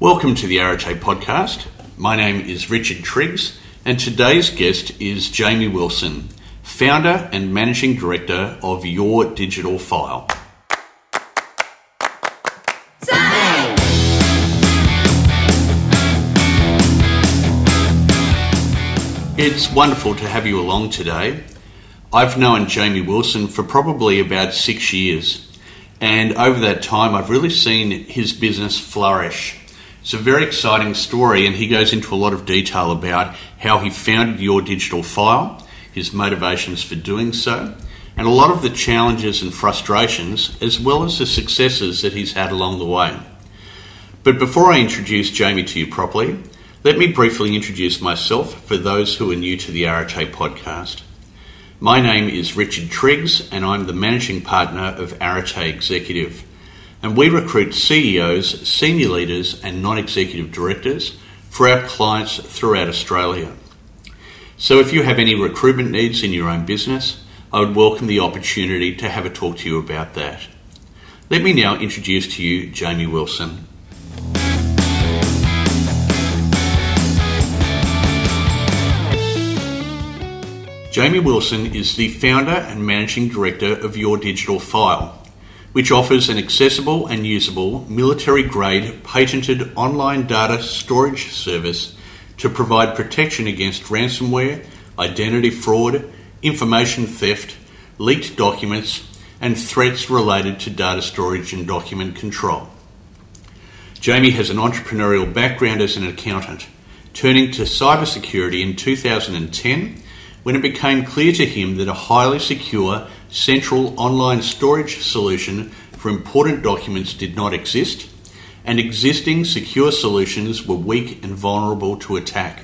Welcome to the RHA podcast. My name is Richard Triggs, and today's guest is Jamie Wilson, founder and managing director of Your Digital File. It's wonderful to have you along today. I've known Jamie Wilson for probably about six years, and over that time, I've really seen his business flourish. It's a very exciting story, and he goes into a lot of detail about how he founded Your Digital File, his motivations for doing so, and a lot of the challenges and frustrations, as well as the successes that he's had along the way. But before I introduce Jamie to you properly, let me briefly introduce myself for those who are new to the RHA podcast. My name is Richard Triggs, and I'm the managing partner of Arate Executive. And we recruit CEOs, senior leaders, and non executive directors for our clients throughout Australia. So if you have any recruitment needs in your own business, I would welcome the opportunity to have a talk to you about that. Let me now introduce to you Jamie Wilson. Jamie Wilson is the founder and managing director of Your Digital File, which offers an accessible and usable military grade patented online data storage service to provide protection against ransomware, identity fraud, information theft, leaked documents, and threats related to data storage and document control. Jamie has an entrepreneurial background as an accountant, turning to cybersecurity in 2010 when it became clear to him that a highly secure central online storage solution for important documents did not exist, and existing secure solutions were weak and vulnerable to attack.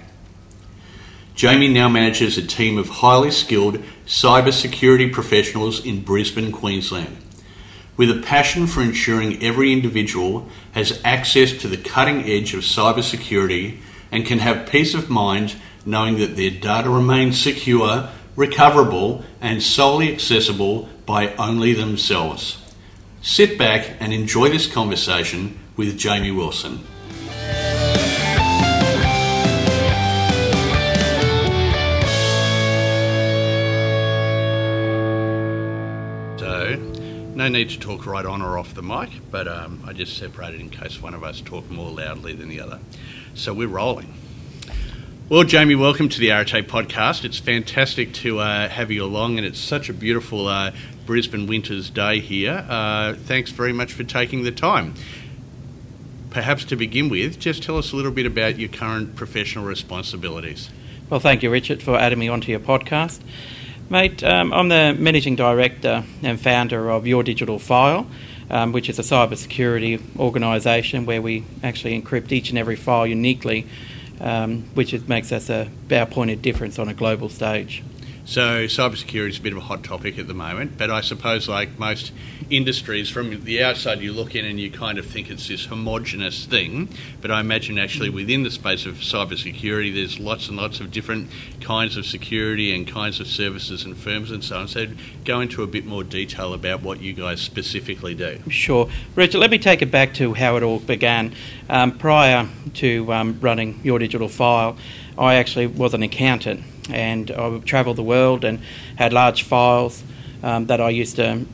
Jamie now manages a team of highly skilled cybersecurity professionals in Brisbane, Queensland. With a passion for ensuring every individual has access to the cutting edge of cybersecurity and can have peace of mind knowing that their data remains secure, recoverable, and solely accessible by only themselves. Sit back and enjoy this conversation with Jamie Wilson. So, no need to talk right on or off the mic, but um, I just separated in case one of us talked more loudly than the other. So, we're rolling. Well, Jamie, welcome to the RTA podcast. It's fantastic to uh, have you along, and it's such a beautiful uh, Brisbane winter's day here. Uh, thanks very much for taking the time. Perhaps to begin with, just tell us a little bit about your current professional responsibilities. Well, thank you, Richard, for adding me onto your podcast. Mate, um, I'm the managing director and founder of Your Digital File, um, which is a cybersecurity organisation where we actually encrypt each and every file uniquely. Um, which is, makes us a, our point of difference on a global stage. So, cybersecurity is a bit of a hot topic at the moment, but I suppose, like most industries, from the outside you look in and you kind of think it's this homogenous thing. But I imagine actually within the space of cybersecurity, there's lots and lots of different kinds of security and kinds of services and firms and so on. So, go into a bit more detail about what you guys specifically do. Sure. Richard, let me take it back to how it all began. Um, prior to um, running Your Digital File, I actually was an accountant and I travelled the world and had large files um, that I used to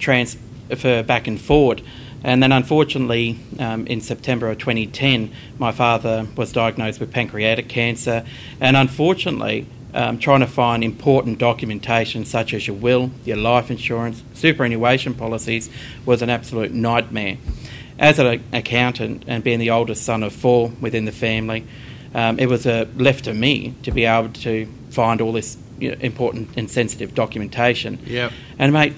transfer back and forward. And then, unfortunately, um, in September of 2010, my father was diagnosed with pancreatic cancer. And unfortunately, um, trying to find important documentation such as your will, your life insurance, superannuation policies was an absolute nightmare. As an accountant and being the oldest son of four within the family, it was uh, left to me to be able to find all this you know, important and sensitive documentation. Yeah. And mate,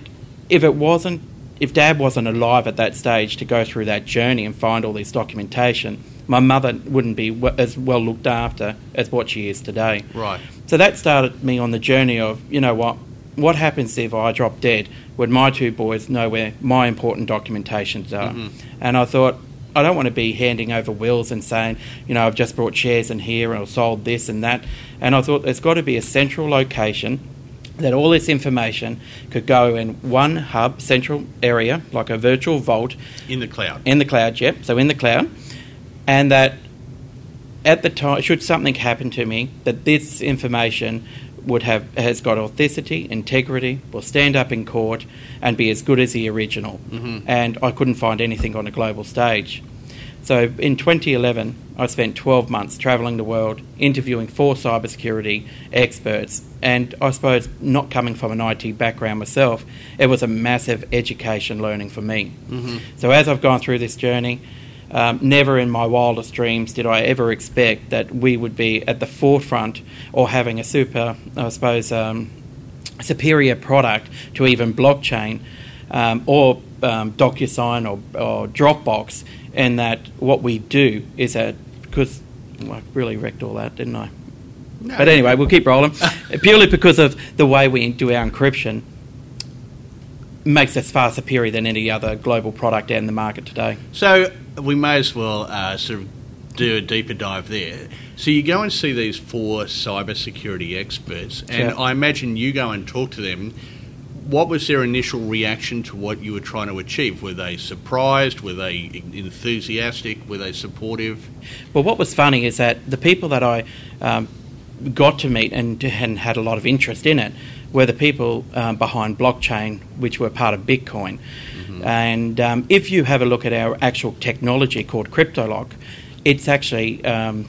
if it wasn't, if Dad wasn't alive at that stage to go through that journey and find all this documentation, my mother wouldn't be w- as well looked after as what she is today. Right. So that started me on the journey of, you know what, what happens if I drop dead? Would my two boys know where my important documentations are? Mhm. And I thought, I don't want to be handing over wills and saying, you know, I've just brought shares in here and I've sold this and that. And I thought there's got to be a central location that all this information could go in one hub, central area, like a virtual vault In the cloud. in the cloud, yep, so in the cloud, and that at the time, should something happen to me, that this information would have has got authenticity, integrity, will stand up in court, and be as good as the original. Mm-hmm. And I couldn't find anything on a global stage. So in 2011, I spent 12 months travelling the world, interviewing four cybersecurity experts, and I suppose not coming from an IT background myself, it was a massive education learning for me. Mm-hmm. So as I've gone through this journey, um, never in my wildest dreams did I ever expect that we would be at the forefront or having a super, I suppose, um, superior product to even blockchain um, or DocuSign or, or, Dropbox. And that what we do is that because well, I really wrecked all that, didn't I? No. But anyway, we'll keep rolling. Purely because of the way we do our encryption makes us far superior than any other global product out in the market today. So we may as well uh, sort of do a deeper dive there. So you go and see these four cybersecurity experts, and yeah. I imagine you go and talk to them. What was their initial reaction to what you were trying to achieve? Were they surprised? Were they enthusiastic? Were they supportive? Well, what was funny is that the people that I um, got to meet and, and had a lot of interest in it were the people um, behind blockchain, which were part of Bitcoin. Mm-hmm. And um, if you have a look at our actual technology called CryptoLock, it's actually um,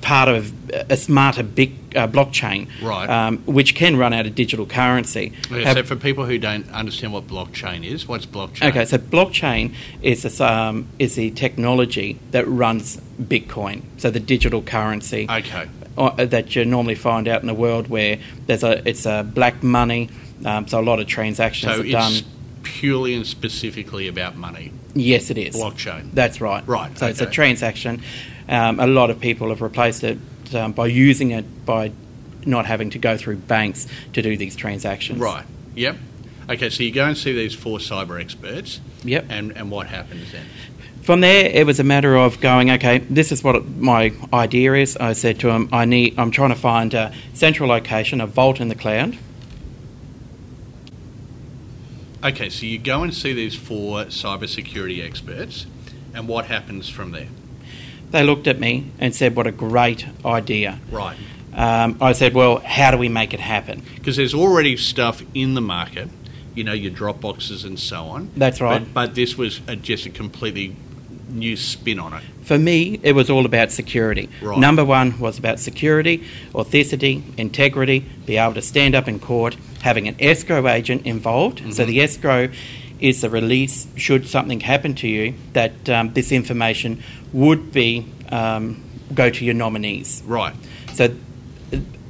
part of a smarter big, uh, blockchain, um, right? which can run out of digital currency. Okay, have, so, for people who don't understand what blockchain is, what's blockchain? Okay, so blockchain is the, is the technology that runs Bitcoin, so the digital currency. Okay uh, that you normally find out in the world where there's a it's a black money, um, so a lot of transactions so are done. Purely and specifically about money. Yes, it is blockchain. That's right. Right. So okay. it's a transaction. Um, a lot of people have replaced it um, by using it by not having to go through banks to do these transactions. Right. Yep. Okay. So you go and see these four cyber experts. Yep. And and what happens then? from there, it was a matter of going, okay, this is what my idea is. I said to him, I need, I'm trying to find a central location, a vault in the cloud. Okay, so you go and see these four cybersecurity experts, and what happens from there? They looked at me and said, What a great idea. Right. Um, I said, Well, how do we make it happen? Because there's already stuff in the market, you know, your Dropboxes and so on. That's right. But, but this was a, just a completely new spin on it? For me, it was all about security. Right. Number one was about security, authenticity, integrity, be able to stand up in court, having an escrow agent involved. Mm-hmm. So the escrow is the release should something happen to you that um, this information would be um, go to your nominees. Right. So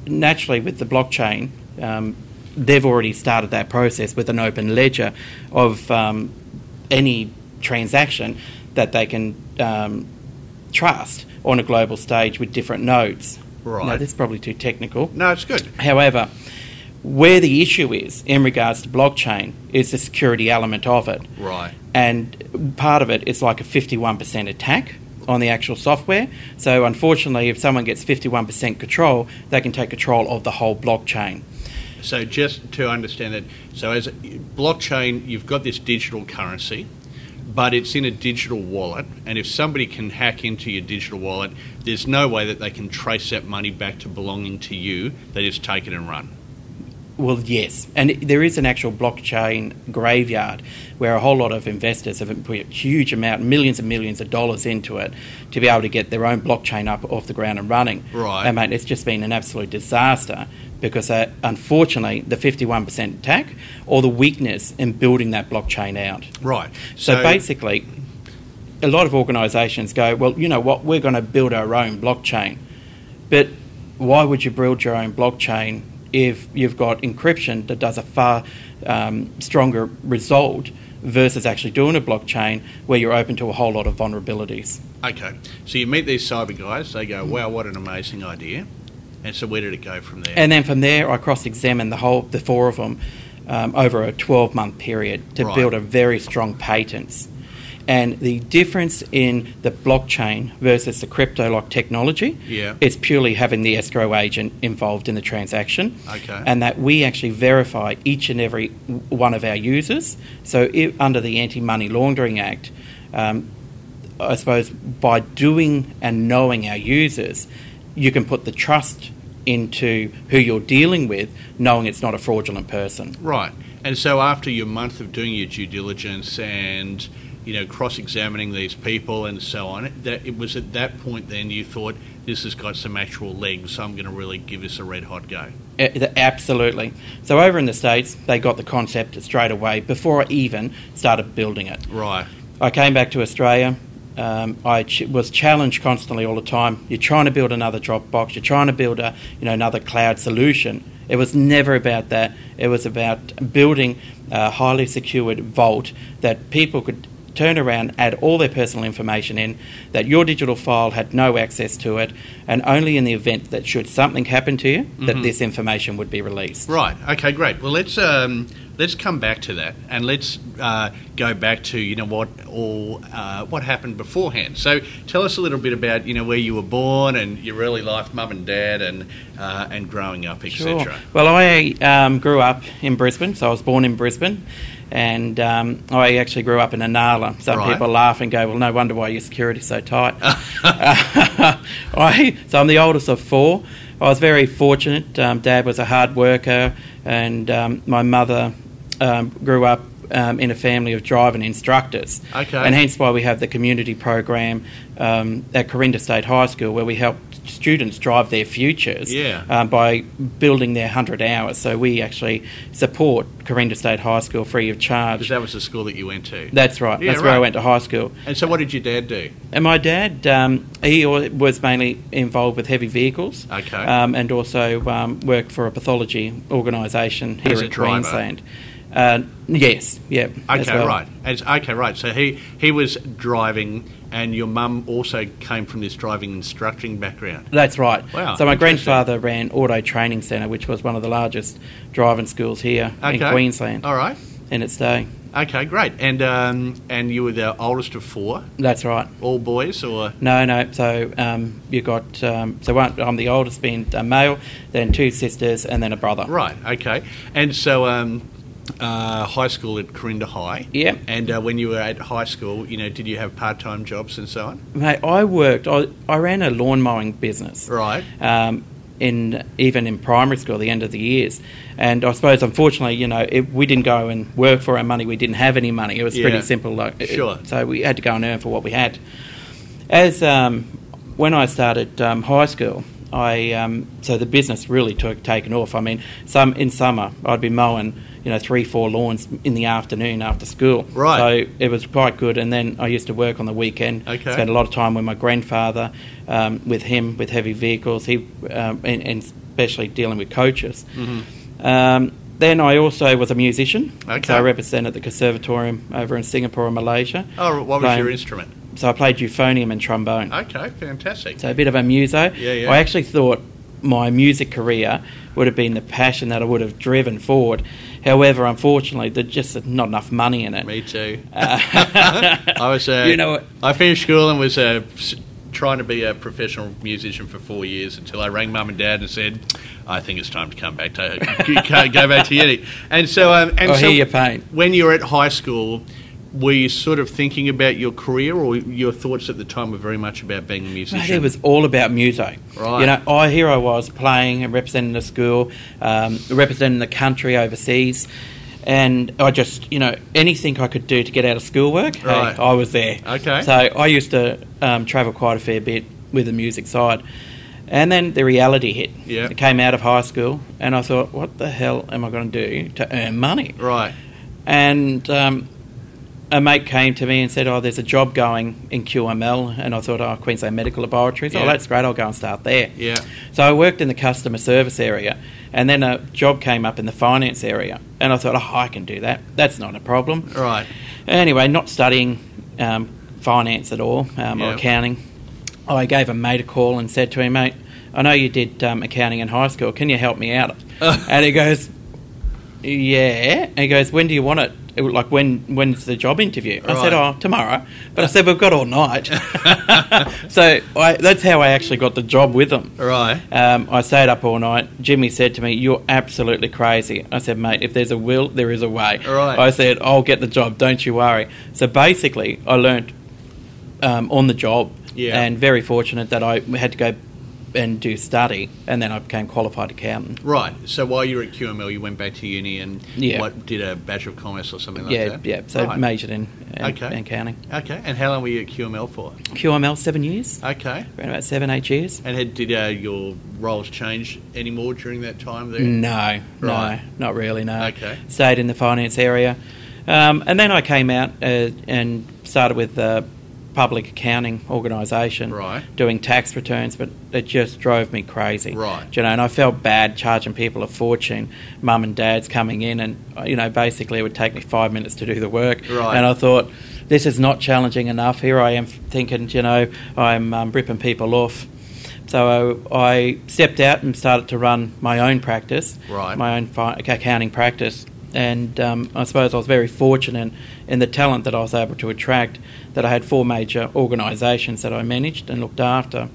naturally, with the blockchain. Um, they've already started that process with an open ledger of um, any transaction that they can um, trust on a global stage with different nodes. Right. Now, that's probably too technical. No, it's good. However, where the issue is in regards to blockchain is the security element of it. Right. And part of it is like a 51% attack on the actual software. So, unfortunately, if someone gets 51% control, they can take control of the whole blockchain. So, just to understand that, so as blockchain, you've got this digital currency, but it's in a digital wallet. And if somebody can hack into your digital wallet, there's no way that they can trace that money back to belonging to you. They just take it and run. Well, yes. And there is an actual blockchain graveyard where a whole lot of investors have put a huge amount, millions and millions of dollars into it to be able to get their own blockchain up off the ground and running. Right. And, mate, it's just been an absolute disaster because, uh, unfortunately, the 51% attack or the weakness in building that blockchain out. Right. so, so basically, a lot of organisations go, well, you know what, we're going to build our own blockchain. But why would you build your own blockchain? if you've got encryption that does a far um, stronger result versus actually doing a blockchain where you're open to a whole lot of vulnerabilities. Okay, so you meet these cyber guys, they go, wow, what an amazing idea. And so where did it go from there? And then from there, I cross examined the whole, the four of them um, over a 12 month period to right. build a very strong patents. And the difference in the blockchain versus the crypto lock technology yeah. is purely having the escrow agent involved in the transaction. Okay. And that we actually verify each and every one of our users. So, it, under the Anti Money Laundering Act, um, I suppose by doing and knowing our users, you can put the trust into who you're dealing with, knowing it's not a fraudulent person. Right. And so after your month of doing your due diligence and you know cross-examining these people and so on, that it was at that point then you thought this has got some actual legs. So I'm going to really give this a red hot go. A- Absolutely. So over in the states, they got the concept straight away before I even started building it. Right. I came back to Australia. Um, I ch- was challenged constantly all the time. You're trying to build another Dropbox. You're trying to build a you know another cloud solution. It was never about that. It was about building a highly secured vault that people could turn around, add all their personal information in, that your digital file had no access to it, and only in the event that should something happen to you, that this information would be released. Right. Okay. Great. Well, let's um, let's come back to that, and let's uh, go back to you know what all uh, what happened beforehand. So tell us a little bit about you know where you were born and your early life, mum and dad, and uh, and growing up, etc. Well, I um, grew up in Brisbane, so I was born in Brisbane, and um, I actually grew up in Anala. Some Right. people laugh and go, "Well, no wonder why your security's so tight." I, so I'm the oldest of four. I was very fortunate. Um, Dad was a hard worker, and um, my mother um, grew up. Um, in a family of driving instructors, Okay. and hence why we have the community program um, at Corinda State High School, where we help students drive their futures Yeah. um, by building their 100 hours. So we actually support Corinda State High School free of charge. Because that was the school that you went to. That's right. Yeah, That's where I right. went to high school. and so, what did your dad do? And my dad, um, he al- was mainly involved with heavy vehicles. Okay. Um, and also um, worked for a pathology organisation here As a in driver? Queensland. Uh, yes. Yeah. as Okay, well. right. As, okay, right. So he he was driving, and your mum also came from this driving instructing background. That's right. Wow, so my interesting. grandfather ran Auto Training Centre, which was one of the largest driving schools here in Okay. Queensland All right. in its day. Okay, great. And um, and you were the oldest of four, That's right. all boys, or No, no. So um, you got um, so one, I'm the oldest, being a male, then two sisters, and then a brother. right? Okay. And so um, uh, high school at Corinda High. Yeah. And uh, when you were at high school, you know, did you have part time jobs and so on? Mate, I worked. I, I ran a lawn mowing business. Right. Um, in even in primary school, the end of the years, and I suppose unfortunately, you know, it, we didn't go and work for our money. We didn't have any money. It was Yeah. pretty simple. Like, it- Sure. so we had to go and earn for what we had. As um, when I started um, high school, I um, so the business really took taken off. I mean, some in summer I'd be mowing, you know, three four lawns in the afternoon after school. Right. So it was quite good. And then I used to work on the weekend. Okay. Spent a lot of time with my grandfather, um, with him with heavy vehicles. He um, and, and especially dealing with coaches. Um, then I also was a musician. Mm-hmm. Okay. So I represented the conservatorium over in Singapore and Malaysia. Oh, what was Playing- your instrument? so I played euphonium and trombone. Okay, fantastic. So a bit of a muso. Ah. Yeah, yeah. I actually thought my music career would have been the passion that I would have driven forward. However, unfortunately, there's just not enough money in it. Me too. Uh, I was. Uh, You know what? I finished school and was uh, s- trying to be a professional musician for four years until I rang mum and dad and said, "I think it's time to come back to uh, go go back to uni." And so, um, and I so hear your pain. when you were at high school. Were you sort of thinking about your career, or your thoughts at the time were very much about being a musician? Mate, it was all about music. Right. You know, I here I was playing and representing the school, um, representing the country overseas, and I just you know anything I could do to get out of schoolwork, hey, Right. I was there. Okay. So I used to um, travel quite a fair bit with the music side. And then the reality hit. Yeah. I came out of high school, and I thought, what the hell am I going to do to earn money? right. And um, a mate came to me and said, "Oh, there's a job going in QML," and I thought, "Oh, Queensland Medical Laboratories. Yeah. Oh, that's great. I'll go and start there." Yeah. So I worked in the customer service area, and then a job came up in the finance area, and I thought, "Oh, I can do that. That's not a problem." Right. Anyway, not studying um, finance at all um, Yeah. or accounting, I gave a mate a call and said to him, "Mate, I know you did um, accounting in high school. Can you help me out?" and he goes, "Yeah." And he goes, "When do you want it?" It was Like when? When's the job interview? I said, Right. "Oh, tomorrow." But I said, "We've got all night." so I, that's how I actually got the job with them. Right. Um, I stayed up all night. Jimmy said to me, "You're absolutely crazy." I said, "Mate, if there's a will, there is a way." Right. I said, "I'll get the job. Don't you worry." So basically, I learnt um, on the job, Yeah. and very fortunate that I had to go and do study, and then I became qualified accountant. Right. So while you were at QML, you went back to uni and Yeah. what did a Bachelor of Commerce or something like yeah, that. yeah. So Right. majored in, in, Okay. in accounting. Okay. And how long were you at QML for? QML seven years, Okay. around about seven eight years. And had, did uh, your roles change any more during that time there? No, Right. no, not really. No. Okay. Stayed in the finance area, um, and then I came out uh, and started with the public accounting organisation, Right. Doing tax returns, but it just drove me crazy, Right. You know, and I felt bad charging people a fortune. Mum and dad's coming in, and uh, you know, basically it would take me five minutes to do the work, Right. And I thought. This is not challenging enough. Here I am thinking, you know, I'm um, ripping people off. So uh, I stepped out and started to run my own practice, Right. my own fi- accounting practice. And um, I suppose I was very fortunate in the talent that I was able to attract, that I had four major organisations that I managed and looked after.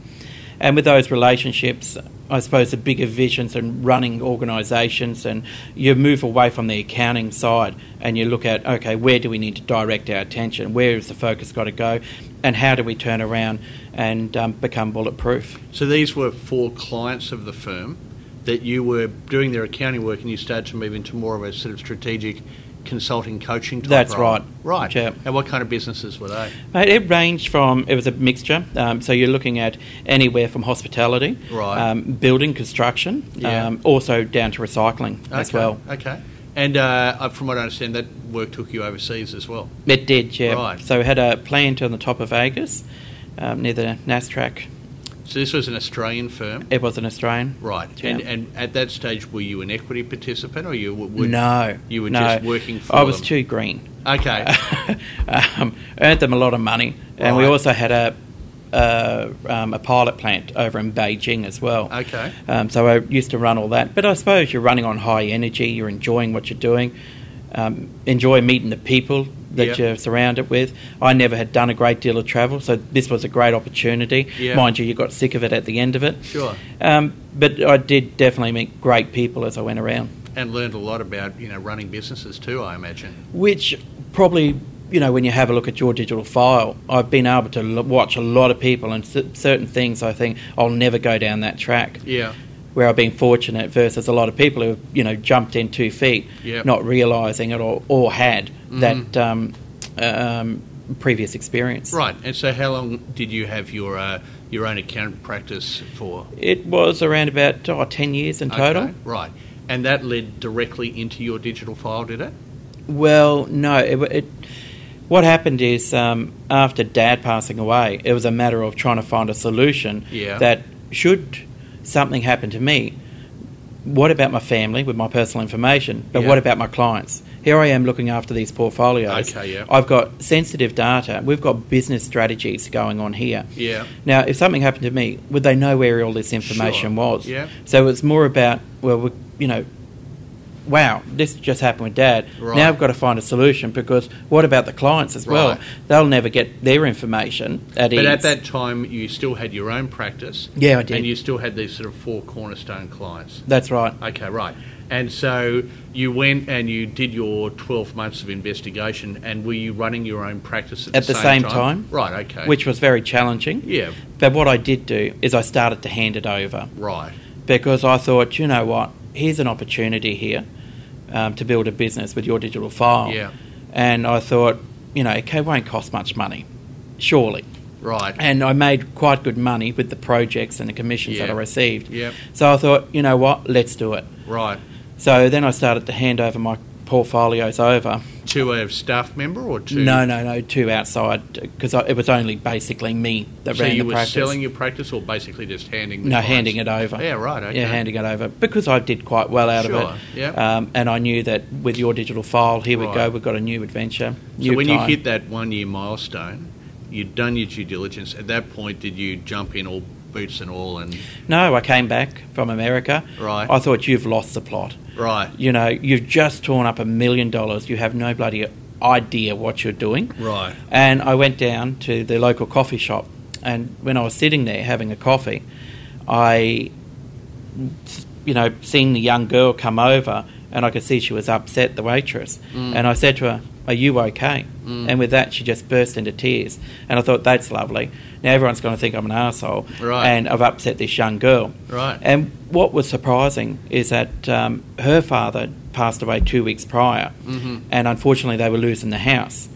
And with those relationships, I suppose the bigger visions and running organisations, and you move away from the accounting side and you look at, okay, where do we need to direct our attention? Where is the focus got to go? And how do we turn around and um, become bulletproof? So these were four clients of the firm that you were doing their accounting work and you started to move into more of a sort of strategic consulting coaching type That's role. right. Right. Yeah. And what kind of businesses were they? Mate, it ranged from it was a mixture. Um, so you're looking at anywhere from hospitality, Right. um, building construction, Yeah. um, also down to recycling as Okay, well. Okay. And uh, uh, from what I understand, that work took you overseas as well. It did, yeah. Right. So we had a plant on the top of Vegas, um, near the NASTRAC. So this was an Australian firm. It was an Australian. Right. Yeah. And, and at that stage, were you an equity participant or you were... no, you were no. just working for I was them. too green. Okay. um, earned them a lot of money, and we Right. also had a uh, um, a pilot plant over in Beijing as well. Okay. Um, so I used to run all that, but I suppose you're running on high energy. You're enjoying what you're doing. Um, enjoy meeting the people that Yep. you're surrounded with. I never had done a great deal of travel, so this was a great opportunity. Yeah. Mind you, you got sick of it at the end of it. Sure. Um, but I did definitely meet great people as I went around. And learned a lot about, you know, running businesses too, I imagine. which probably you know when you have a look at your digital file i've been able to l- watch a lot of people and c- certain things i think i'll never go down that track Yeah. where i've been fortunate versus a lot of people who you know jumped in two feet Yep. Mm-hmm. not realizing it or, or had that um, um, previous experience Right. And so how long did you have your, uh, your own accountant practice for? it was around about oh, 10 years in total Okay, right. And that led directly into your digital file, did it? Well, no. It, it, what happened is um, after Dad passing away, it was a matter of trying to find a solution Yeah. that should something happen to me. What about my family with my personal information? But Yeah. what about my clients? Here I am looking after these portfolios. Okay, yeah. I've got sensitive data. We've got business strategies going on here. Yeah. Now, if something happened to me, would they know where all this information Sure. was? Yeah. So it's more about well, we, you know, wow, this just happened with Dad. Right. Now I've got to find a solution because what about the clients as well? Right. They'll never get their information at But ease. at that time, you still had your own practice. Yeah, I did. And you still had these sort of four cornerstone clients. That's right. Okay, right. And so you went and you did your 12 months of investigation, and were you running your own practice at, At the, the same, same time. Right, okay. Which was very challenging. Yeah, But what I did do is I started to hand it over right. because I thought, you know what, here's an opportunity here um, to build a business with your digital file. Yeah. And I thought, you know, okay, it won't cost much money, surely. Right. and I made quite good money with the projects and the commissions that Yeah. I received. Yep. So I thought, you know what, let's do it. right. So then I started to hand over my portfolios over. To a staff member or to. No, no, no, to outside because it was only basically me that So ran you the were practice. selling your practice or basically just handing the no, clients- handing it over. Yeah, right, okay. Yeah, handing it over because I did quite well out Sure, of it. yep. Um, and I knew that with your digital file, here we Right. go, we've got a new adventure. So new when time. you hit that one year milestone, you'd done your due diligence. At that point, did you jump in all boots and all and No, I came back from America. Right. I thought you've lost the plot. right, You know, you've just torn up a million dollars. You have no bloody idea what you're doing. right, And I went down to the local coffee shop, and when I was sitting there having a coffee, I, you know, seeing the young girl come over, and I could see she was upset, the waitress. And I said to her, Are you okay? And with that, she just burst into tears. And I thought, That's lovely. Now everyone's going to think I'm an asshole. Right. And I've upset this young girl. Right. And what was surprising is that um, her father passed away two weeks prior, Mm-hmm, Mm. and unfortunately, they were losing the house,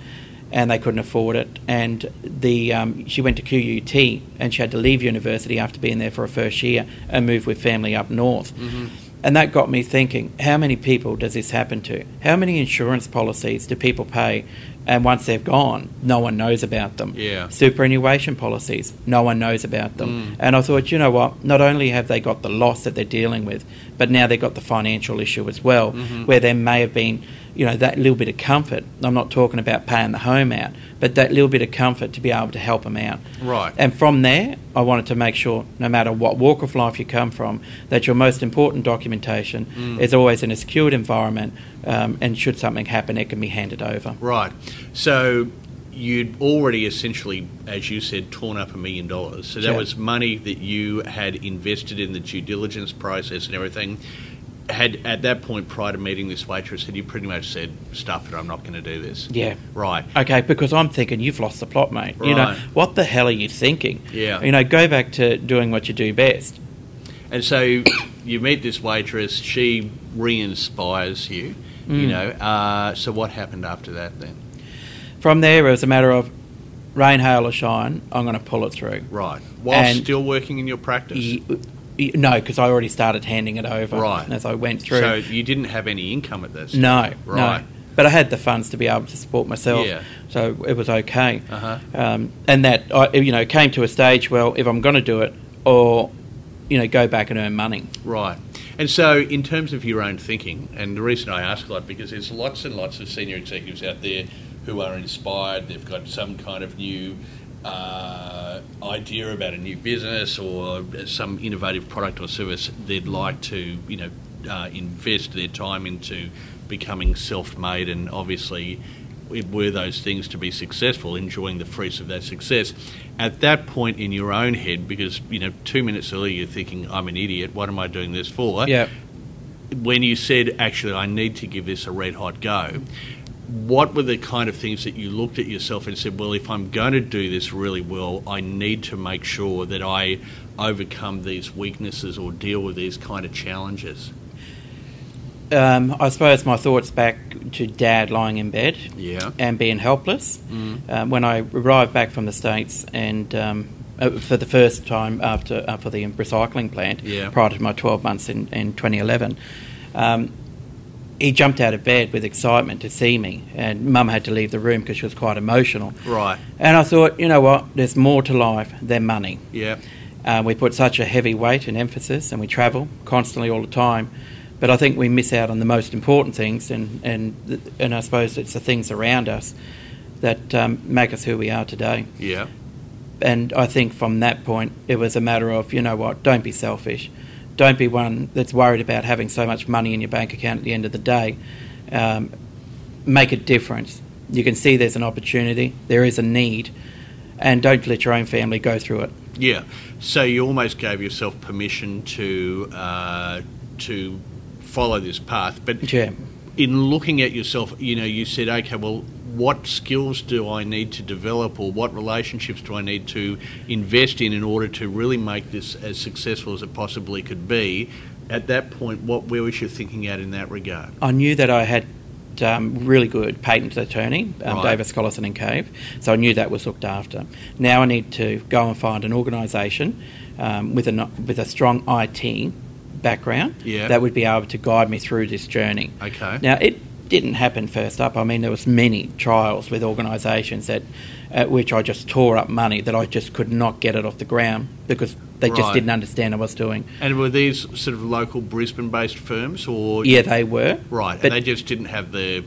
and they couldn't afford it. And the um, she went to QUT, and she had to leave university after being there for her first year and move with family up north. mm-hmm. And that got me thinking: How many people does this happen to? How many insurance policies do people pay, and once they've gone, no one knows about them? Yeah. Mm. superannuation policies. No one knows about them. And I thought, you know what? Not only have they got the loss that they're dealing with, but now they've got the financial issue as well, Mm-hmm. where there may have been, you know, that little bit of comfort. I'm not talking about paying the home out, but that little bit of comfort to be able to help them out. Right. And from there, I wanted to make sure, no matter what walk of life you come from, that your most important documentation Mm. is always in a secured environment, um, and should something happen, it can be handed over. Right. So you'd already essentially, as you said, torn up a million dollars. So that Yeah. was money that you had invested in the due diligence process and everything. Had at that point, prior to meeting this waitress, had you pretty much said, "Stuff it, I'm not going to do this." Yeah. Right. Okay, because I'm thinking you've lost the plot, mate. You know Right. what the hell are you thinking? Yeah. You know, go back to doing what you do best. And so you meet this waitress. She re-inspires you. Mm. You know. Uh, so what happened after that then? From there, it was a matter of rain, hail, or shine. I'm going to pull it through. Right. While And- still working in your practice. Y- y- No, because I already started handing it over Right. as I went through. so you didn't have any income at that stage. No, Right. no. But I had the funds to be able to support myself, Yeah. so it was okay. Uh-huh. Um, and that I, you know, came to a stage. Well, if I'm going to do it, or you know, go back and earn money. Right. And so, in terms of your own thinking, and the reason I ask a lot because there's lots and lots of senior executives out there who are inspired, they've got some kind of new uh, idea about a new business or some innovative product or service they'd like to, you know, uh, invest their time into becoming self made and obviously. It were those things to be successful, enjoying the fruits of that success. At that point in your own head, because you know, two minutes earlier you're thinking, "I'm an idiot. What am I doing this for?" Yeah. When you said, "Actually, I need to give this a red hot go," what were the kind of things that you looked at yourself and said, "Well, if I'm going to do this really well, I need to make sure that I overcome these weaknesses or deal with these kind of challenges." um, I suppose my thoughts back to dad lying in bed Yeah. and being helpless. Mm. Um, when I arrived back from the States and um, uh, for the first time after uh, for the recycling plant Yeah. prior to my 12 months in, in 2011, um, he jumped out of bed with excitement to see me. And mum had to leave the room because she was quite emotional. Right. And I thought, you know what, there's more to life than money. Yeah. Uh, we put such a heavy weight and emphasis, and we travel constantly all the time. But I think we miss out on the most important things, and and th- and I suppose it's the things around us that um, make us who we are today. Yeah. And I think from that point, it was a matter of you know what, don't be selfish, don't be one that's worried about having so much money in your bank account at the end of the day. Um, make a difference. You can see there's an opportunity, there is a need, and don't let your own family go through it. Yeah. So you almost gave yourself permission to uh, to follow this path, but Yeah. in looking at yourself, you know, you said, okay, well, what skills do I need to develop, or what relationships do I need to invest in in order to really make this as successful as it possibly could be? At that point, what where was your thinking at in that regard? I knew that I had um, really good patent attorney, um, Right. Davis Collison and Cave, so I knew that was looked after. Now I need to go and find an organisation um, with a no- with a strong IT background Yeah. that would be able to guide me through this journey. Okay. Now it didn't happen first up. I mean, there was many trials with organisations that at which I just tore up money that I just could not get it off the ground because they Right. just didn't understand what I was doing. And were these sort of local Brisbane-based firms, or Yeah, they were right? but- and they just didn't have the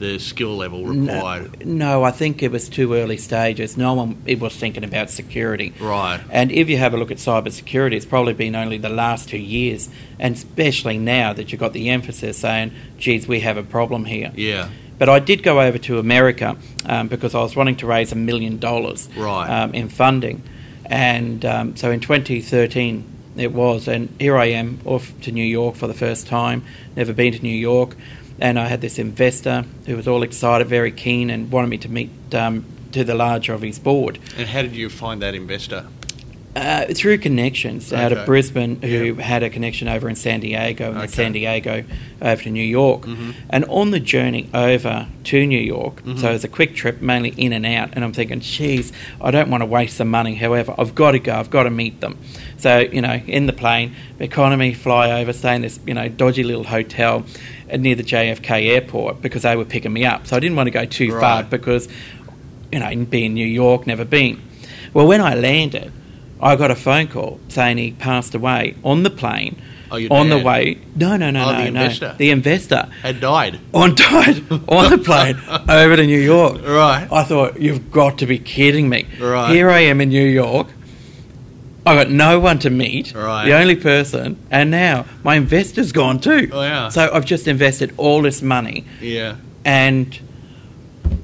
the skill level required. No, I think it was too early stages. No one it was thinking about security. Right. And if you have a look at cybersecurity, it's probably been only the last two years, and especially now that you've got the emphasis saying, geez, we have a problem here. Yeah. But I did go over to America um, because I was wanting to raise a million dollars Right. um, in funding. And um, so in 2013 it was. And here I am off to New York for the first time, never been to New York. And I had this investor who was all excited, very keen, and wanted me to meet um, to the larger of his board. And how did you find that investor? Uh, through connections out Okay. of Brisbane, who Yeah. had a connection over in San Diego, and then Okay. Mm-hmm. San Diego over to New York. And on the journey over to New York, so it was a quick trip, mainly in and out. And I'm thinking, geez, I don't want to waste the money. However, I've got to go. I've got to meet them. So you know, in the plane, economy, fly over, stay in this you know dodgy little hotel uh, near the JFK airport because they were picking me up. So I didn't want to go too far Right. because you know, be in New York, never been. Well, when I landed, I got a phone call saying he passed away on the plane. Oh, your on dad. the way, no, no, no, Oh, no, the no. investor. The investor Had died. on died on the plane over to New York. Right. I thought you've got to be kidding me. Right. Here I am in New York. I got no one to meet. Right. The only person, and now my investor's gone too. Oh, yeah. So I've just invested all this money Yeah. and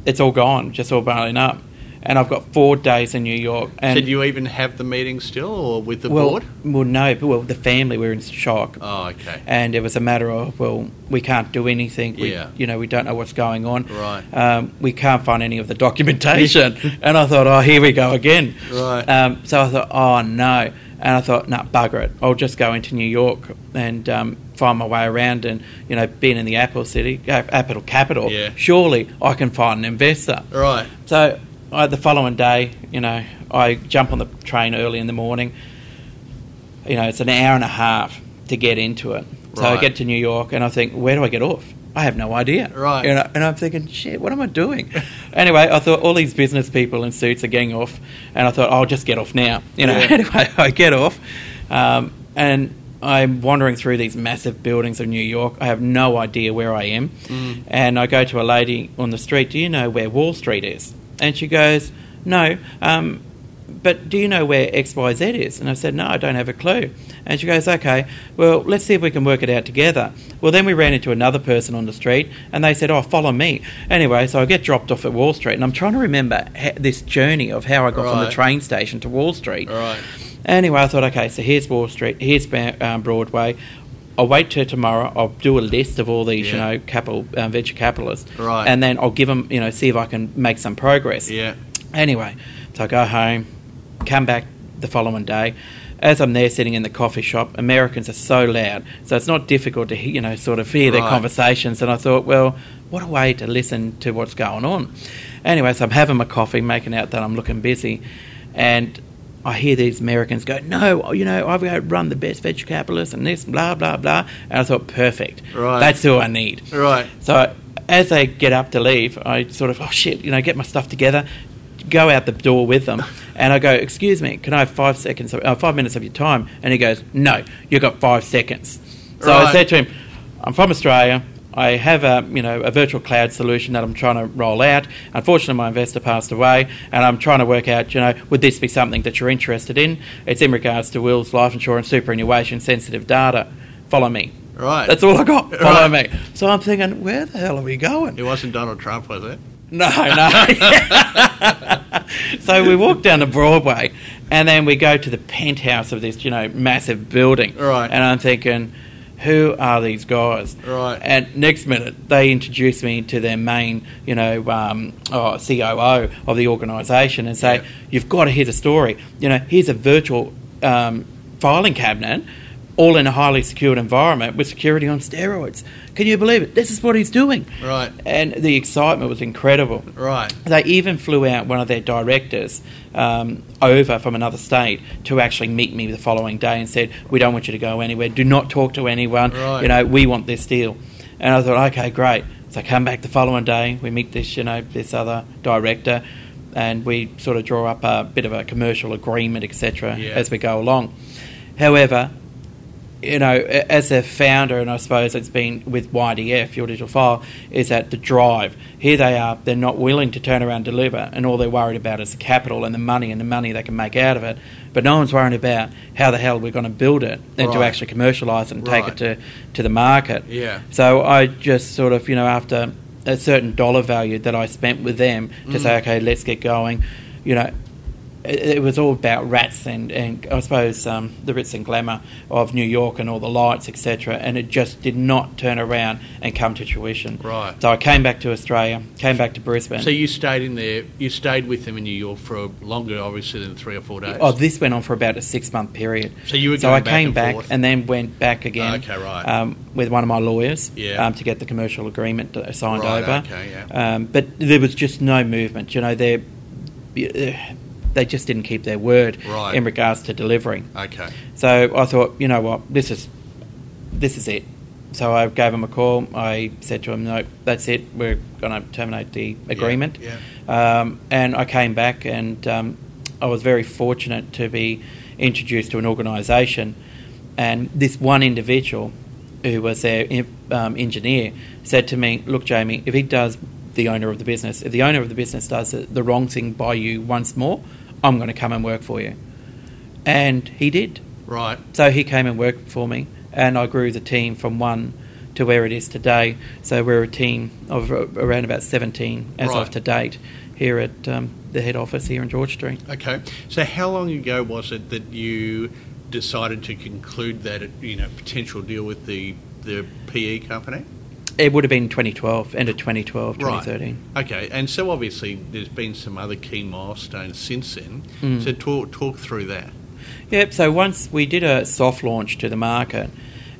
it's all gone, just all burning up. And I've got four days in New York. And Did you even have the meeting still, or with the well, board? well, no, but well, the family were in shock, Oh, okay. and it was a matter of well, we can't do anything. We, Yeah. you know, we don't know what's going on. Right. Um, we can't find any of the documentation. and I thought, oh, here we go again. Right. Um, so I thought, oh no. And I thought, nah, bugger it. I'll just go into New York and um, find my way around. And you know, being in the Apple City, uh, Apple capital, Yeah. surely I can find an investor. Right. So I, the following day, you know, I jump on the train early in the morning. You know, it's an hour and a half to get into it. So I Right. get to New York and I think, where do I get off? I have no idea. Right. You know, and I'm thinking, shit, what am I doing? anyway, I thought all these business people in suits are getting off, and I thought I'll just get off now. You know, Yeah. anyway, I get off, um, and I'm wandering through these massive buildings of New York. I have no idea where I am, and I go to a lady on the street. Do you know where Wall Street is? And she goes, No. Um, but do you know where XYZ is? And I said, No, I don't have a clue. And she goes, Okay, well, let's see if we can work it out together. Well, then we ran into another person on the street and they said, Oh, follow me. Anyway, so I get dropped off at Wall Street and I'm trying to remember ha- this journey of how I got from the Right. train station to Wall Street. Right. Anyway, I thought, okay, so here's Wall Street, here's Ba- um, Broadway. I'll wait till tomorrow. I'll do a list of all these, Yeah. you know, capital um, venture capitalists, Right. And then I'll give them, you know, see if I can make some progress. Yeah. Anyway, so I go home, come back the following day. As I'm there sitting in the coffee shop, Americans are so loud, so it's not difficult to he- you know sort of hear their Right. conversations. And I thought, well, what a way to listen to what's going on. Anyway, so I'm having my coffee, making out that I'm looking busy, and I hear these Americans go, no, you know, I've outrun the best venture capitalists and this, blah blah blah. And I thought, perfect, Right. that's who I need. Right. So as they get up to leave, I sort of, oh shit, you know, get my stuff together, go out the door with them, and I go, excuse me, can I have five seconds, of, uh, five minutes of your time? And he goes, no, you got five seconds. So I Right. said to him, I'm from Australia. I have a, you know, a virtual cloud solution that I'm trying to roll out. Unfortunately, my investor passed away, and I'm trying to work out, you know, would this be something that you're interested in? It's in regards to wills, life insurance, superannuation, sensitive data. Follow me. Right. That's all I got. Follow Right. me. So I'm thinking, where the hell are we going? It wasn't Donald Trump, was it? No, no. so we walk down to Broadway, and then we go to the penthouse of this, you know, massive building. Right. And I'm thinking, who are these guys? Right. And next minute, they introduce me to their main, you know, um, oh, COO of the organisation, and say, Yeah. "You've got to hear the story. You know, here's a virtual um, filing cabinet." All in a highly secured environment with security on steroids. Can you believe it? This is what he's doing. Right. And the excitement was incredible. Right. They even flew out one of their directors um, over from another state to actually meet me the following day and said, "We don't want you to go anywhere. Do not talk to anyone. Right. You know, we want this deal." And I thought, "Okay, great." So I come back the following day. We meet this, you know, this other director, and we sort of draw up a bit of a commercial agreement, etc., Yeah. as we go along. However, you know, a- as a founder, and I suppose it's been with YDF, your digital file, is that the drive. Here they are, they're not willing to turn around and deliver, and all they're worried about is the capital and the money and the money they can make out of it. But no one's worrying about how the hell we're going to build it and to Right. actually commercialise it and take Right. it to, to the market. Yeah. So I just sort of, you know, after Mm. a certain dollar value that I spent with them to say, okay, let's get going, you know, it, it was all about rats and, and I suppose um, the ritz and glamour of New York and all the lights, etc. And it just did not turn around and come to fruition. Right. So I came back to Australia, came back to Brisbane. So you stayed in there. You stayed with them in New York for longer, obviously, than three or four days. Oh, this went on for about a six month period. So you were So going I back came and back forth. Oh, and then went back again. Okay, right. Um, with one of my lawyers. Yeah. Um, to get the commercial agreement uh, signed Right, over. okay, yeah. Um, but there was just no movement. You know, they they just didn't keep their word Right. in regards to delivering. Okay. So I thought, you know what, this is this is it. So I gave him a call. I said to him, no, that's it. We're going to terminate the agreement. yeah. Um, and I came back, and um, I was very fortunate to be introduced to an organisation. And this one individual, who was their en- um, engineer, said to me, "Look, Jamie, if he does the owner of the business, if the owner of the business does the, the wrong thing by you once more, I'm going to come and work for you." And he did. Right. So he came and worked for me, and I grew the team from one to where it is today. So we're a team of a- around about 17 as Right. of to date here at um, the head office here in George Street. Okay. So how long ago was it that you decided to conclude that you know potential deal with the the PE company? It would have been 2012, end of 2012, 2013. Right. Okay. And so obviously there's been some other key milestones since then. Mm. So talk talk through that. Yep, so once we did a soft launch to the market,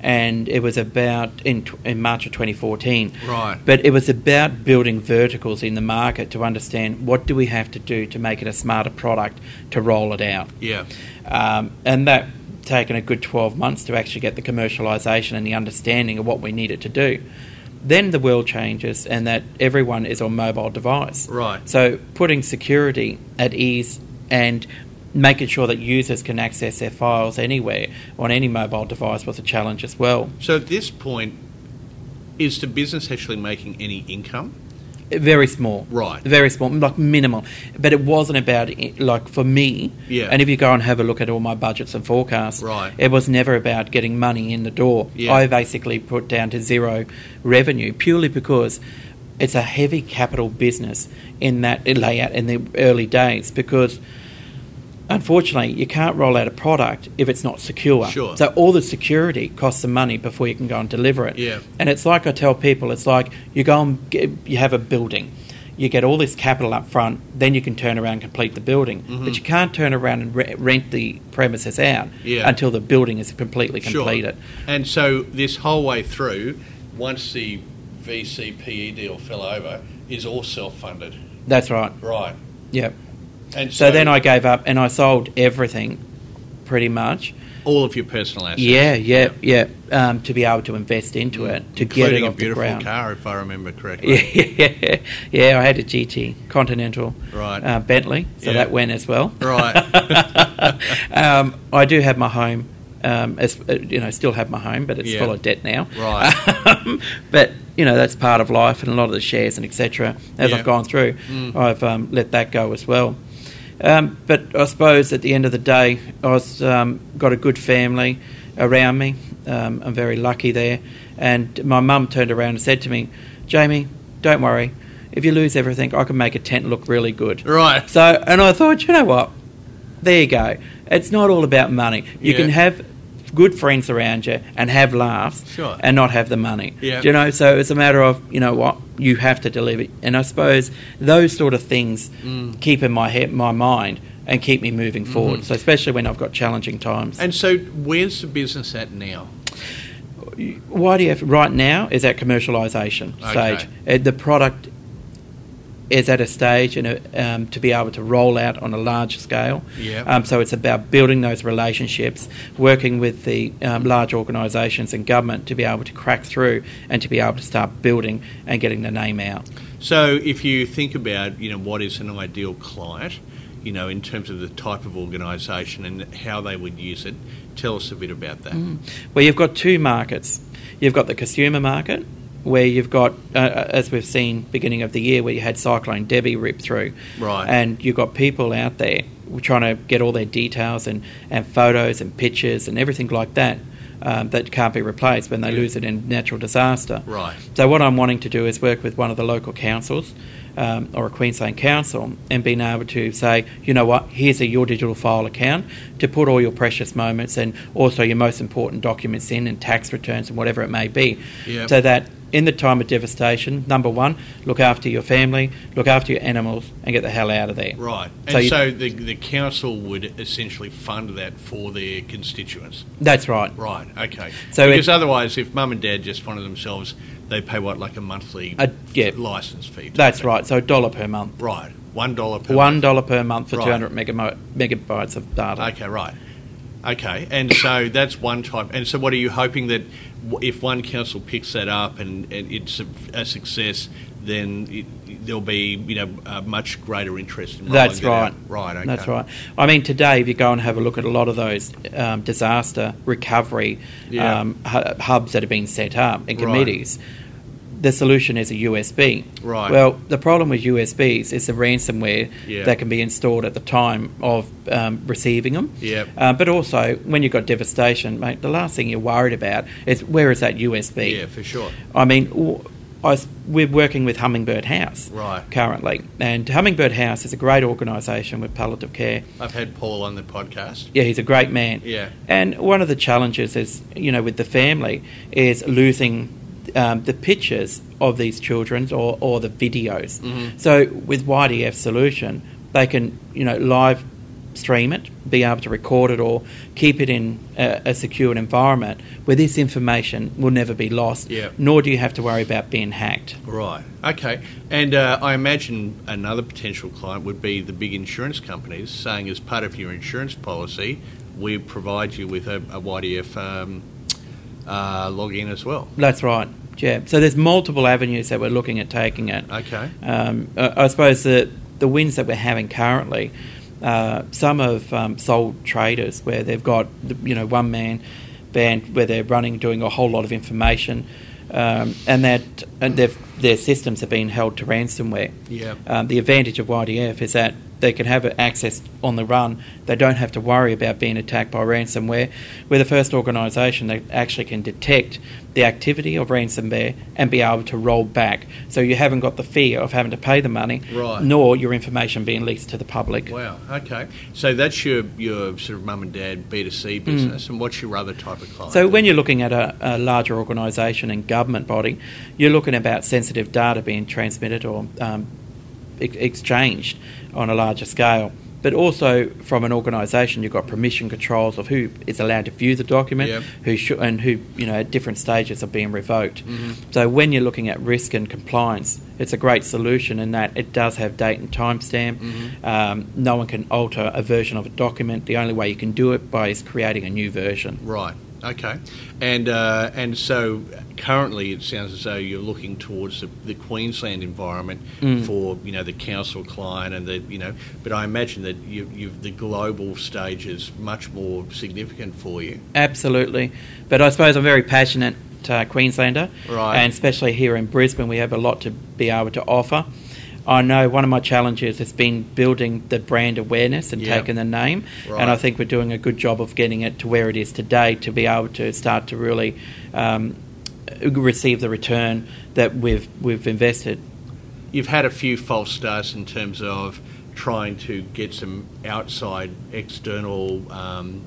and it was about in, tw- in March of 2014. Right. But it was about building verticals in the market to understand what do we have to do to make it a smarter product to roll it out. Yeah. um, and that taken a good 12 months to actually get the commercialisation and the understanding of what we needed to do then the world changes and that everyone is on mobile device Right. so putting security at ease and making sure that users can access their files anywhere on any mobile device was a challenge as well So at this point, is the business actually making any income? very small Right. very small like minimal but it wasn't about i- like for me Yeah. and if you go and have a look at all my budgets and forecasts Right. it was never about getting money in the door Yeah. i basically put down to zero revenue purely because it's a heavy capital business in that layout in the early days because unfortunately you can't roll out a product if it's not secure Sure. so uh, all the security costs some money before you can go and deliver it Yeah. and it's like I tell people, it's like you go and get, you have a building, you get all this capital up front, then you can turn around and complete the building. Mm-hmm. But you can't turn around and re- rent the premises out Yeah. until the building is completely completed. And so this whole way through, once the VCPE E deal fell over, is all self-funded, That's right. right? Yeah. And So, then I gave up and I sold everything, pretty much. all of your personal assets, Yeah, yeah, yeah. Um, to be able to invest into it, to get including it a off the beautiful ground. car, if I remember correctly. Yeah, yeah, yeah. I had a GT Continental, Right. Uh, Bentley, so Yeah. that went as well. Right. Um, I do have my home. Um, as uh, you know, still have my home, but it's Yeah. full of debt now. Right. Um, but you know that's part of life, and a lot of the shares and etc. As Yeah. Mm. I've gone through, I've um, let that go as well. Um, but I suppose at the end of the day, I was um, got a good family around me. Um, I'm very lucky there. And my mum turned around and said to me, "Jamie, don't worry. If you lose everything, I can make a tent look really good." Right. So, and I thought, you know what? There you go. It's not all about money. You Yeah. can have good friends around you and have laughs Sure. and not have the money. Yeah. You know, so it's a matter of, you know what, you have to deliver. And I suppose those sort of things Mm. keep in my head, my mind and keep me moving forward. So especially when I've got challenging times. Mm-hmm. and so where's the business at now? YDF right now is at commercialisation Okay. stage. Uh, The product is at a stage and uh, um, to be able to roll out on a large scale. Yeah. Um, so it's about building those relationships, working with the um, large organisations and government to be able to crack through and to be able to start building and getting the name out. So if you think about, you know, what is an ideal client, you know, in terms of the type of organisation and how they would use it, tell us a bit about that. Mm. Well, you've got two markets. You've got the consumer market, where you've got, uh, uh, as we've seen beginning of the year, where you had Cyclone Debbie rip through. Right. And you've got people out there trying to get all their details and, and photos and pictures and everything like that um, that can't be replaced when they lose it in natural disaster. Right. So what I'm wanting to do is work with one of the local councils um, or a Queensland council and being able to say, you know what, here's a your digital file account to put all your precious moments and also your most important documents in and tax returns and whatever it may be. Yep. So that in the time of devastation, number one, look after your family, look after your animals, and get the hell out of there. Right. And So so, you- the, the council would essentially fund that for their constituents. That's right. Right. Okay. So because it- otherwise, if mum and dad just funded themselves, they pay what like a monthly Uh, yeah. license fee. type That's thing. right. So a dollar per month. Right. One dollar per. One dollar per month for Right. 200 megamo- megabytes of data. month. Okay. Right. Okay. And so that's one type. And so, what are you hoping that w- if one council picks that up and, and it's a, a success, then it, there'll be you know a much greater interest in rolling That's that out. right. Right. Okay. That's right. I mean, today, if you go and have a look at a lot of those um, disaster recovery Yeah. um, hu- hubs that have been set up and Right. committees, the solution is a USB. Right. Well, the problem with USBs is the ransomware Yeah. that can be installed at the time of um, receiving them. Yep. Uh, but also, when you've got devastation, mate, the last thing you're worried about is where is that USB? Yeah. For sure. I mean, w I s we're working with Hummingbird House Right. currently, and Hummingbird House is a great organisation with palliative care. I've had Paul on the podcast. Yeah, he's a great man. Yeah. And one of the challenges is, you know, with the family is losing um, the pictures of these children or, or the videos. Mm-hmm. So with YDF solution, they can, you know, live stream it, be able to record it or keep it in a, a secure environment where this information will never be lost, Yeah. nor do you have to worry about being hacked. Right. Okay. And uh, I imagine another potential client would be the big insurance companies saying, as part of your insurance policy, we provide you with a, a YDF um, uh, login as well. That's right. Yeah. So there's multiple avenues that we're looking at taking it. Okay. Um, I I suppose the the wins that we're having currently, uh, some of um, sole traders where they've got you know one man band where they're running doing a whole lot of information, um, and that and their their systems have been held to ransomware. Yeah. Um, the advantage of YDF is that they can have it accessed on the run. They don't have to worry about being attacked by ransomware. We're the first organisation that actually can detect the activity of ransomware and be able to roll back. So you haven't got the fear of having to pay the money, Right. nor your information being leaked to the public. Wow. Okay. So that's your, your sort of mum and dad B2C business. And what's your other type of client? Hmm. So when you're looking at a, a larger organisation and government body, you're looking about sensitive data being transmitted or um, ex- exchanged on a larger scale. But also from an organisation, you've got permission controls of who is allowed to view the document, Yep. who should, and who you know at different stages are being revoked. So when you're looking at risk and compliance, it's a great solution in that it does have date and timestamp. Um, no one can alter a version of a document. The only way you can do it by is creating a new version. Right. Okay. And uh, and so currently, it sounds as though you're looking towards the, the Queensland environment Hmm. for you know the council client and the you know. But I imagine that you, you've the global stage is much more significant for you. Absolutely. But I suppose I'm very passionate uh, Queenslander. Right. And especially here in Brisbane, we have a lot to be able to offer. I know one of my challenges has been building the brand awareness and Yeah. taking the name. Right. And I think we're doing a good job of getting it to where it is today to be able to start to really um, receive the return that we've, we've invested. You've had a few false starts in terms of trying to get some outside external. Um,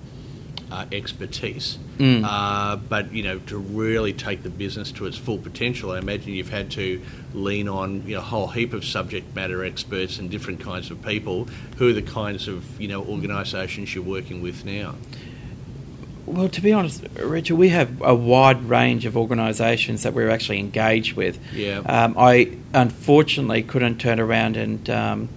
uh, expertise, Mm. uh, but you know to really take the business to its full potential, I imagine you've had to lean on you know, a whole heap of subject matter experts and different kinds of people. Who are the kinds of you know organisations you're working with now? Well, to be honest, Richard, we have a wide range of organisations that we're actually engaged with. Yeah. Um, I unfortunately couldn't turn around and um,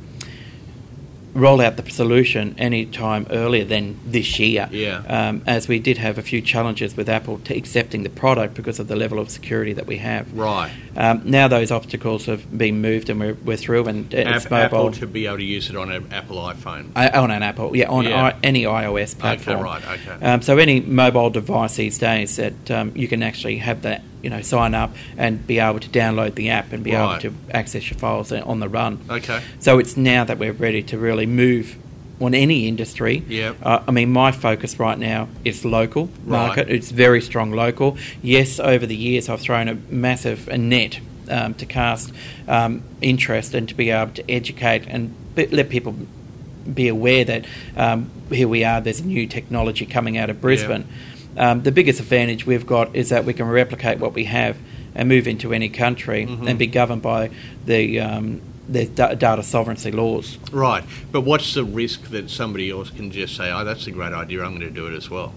roll out the solution any time earlier than this year. Yeah. Um, as we did have a few challenges with Apple to accepting the product because of the level of security that we have. Right, Um, now those obstacles have been moved and we're, we're through and it's App- mobile. Apple to be able to use it on an Apple iPhone. I, Uh, on an Apple, yeah, on Yeah. I, any iOS platform. right, okay. Um, so any mobile device these days that um, you can actually have that, you know, sign up and be able to download the app and be Right. able to access your files on the run. Okay. So it's now that we're ready to really move on any industry. Yep. Uh, I mean, my focus right now is local Right. market. It's very strong local. Yes, over the years I've thrown a massive uh, net um, to cast um, interest and to be able to educate and b- let people be aware that um, here we are, there's new technology coming out of Brisbane. Um, the biggest advantage we've got is that we can replicate what we have and move into any country and be governed by the, um, the da- data sovereignty laws. Right. But what's the risk that somebody else can just say, oh, that's a great idea, I'm going to do it as well?